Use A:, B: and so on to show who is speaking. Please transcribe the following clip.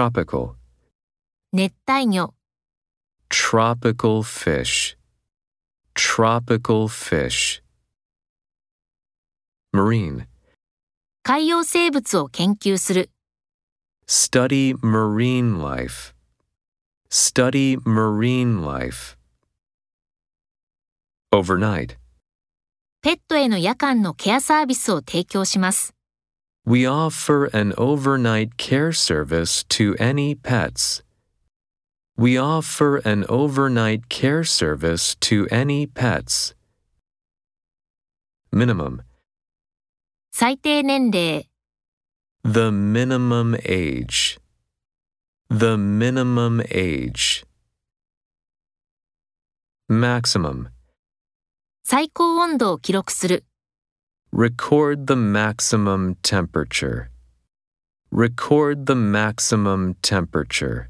A: tropical,
B: 熱帯魚、
A: tropical fish, tropical fish. Marine,
B: 海洋生物を研究する、
A: study marine life, study marine life. Overnight,
B: ペットへの夜間のケアサービスを提供します。
A: we offer an overnight care service to any pets. We offer an overnight care service to any pets. Minimum,
B: 最低年齢、
A: The minimum age. The minimum age. Maximum.
B: 最高温度を記録する、
A: Record the maximum temperature. Record the maximum temperature.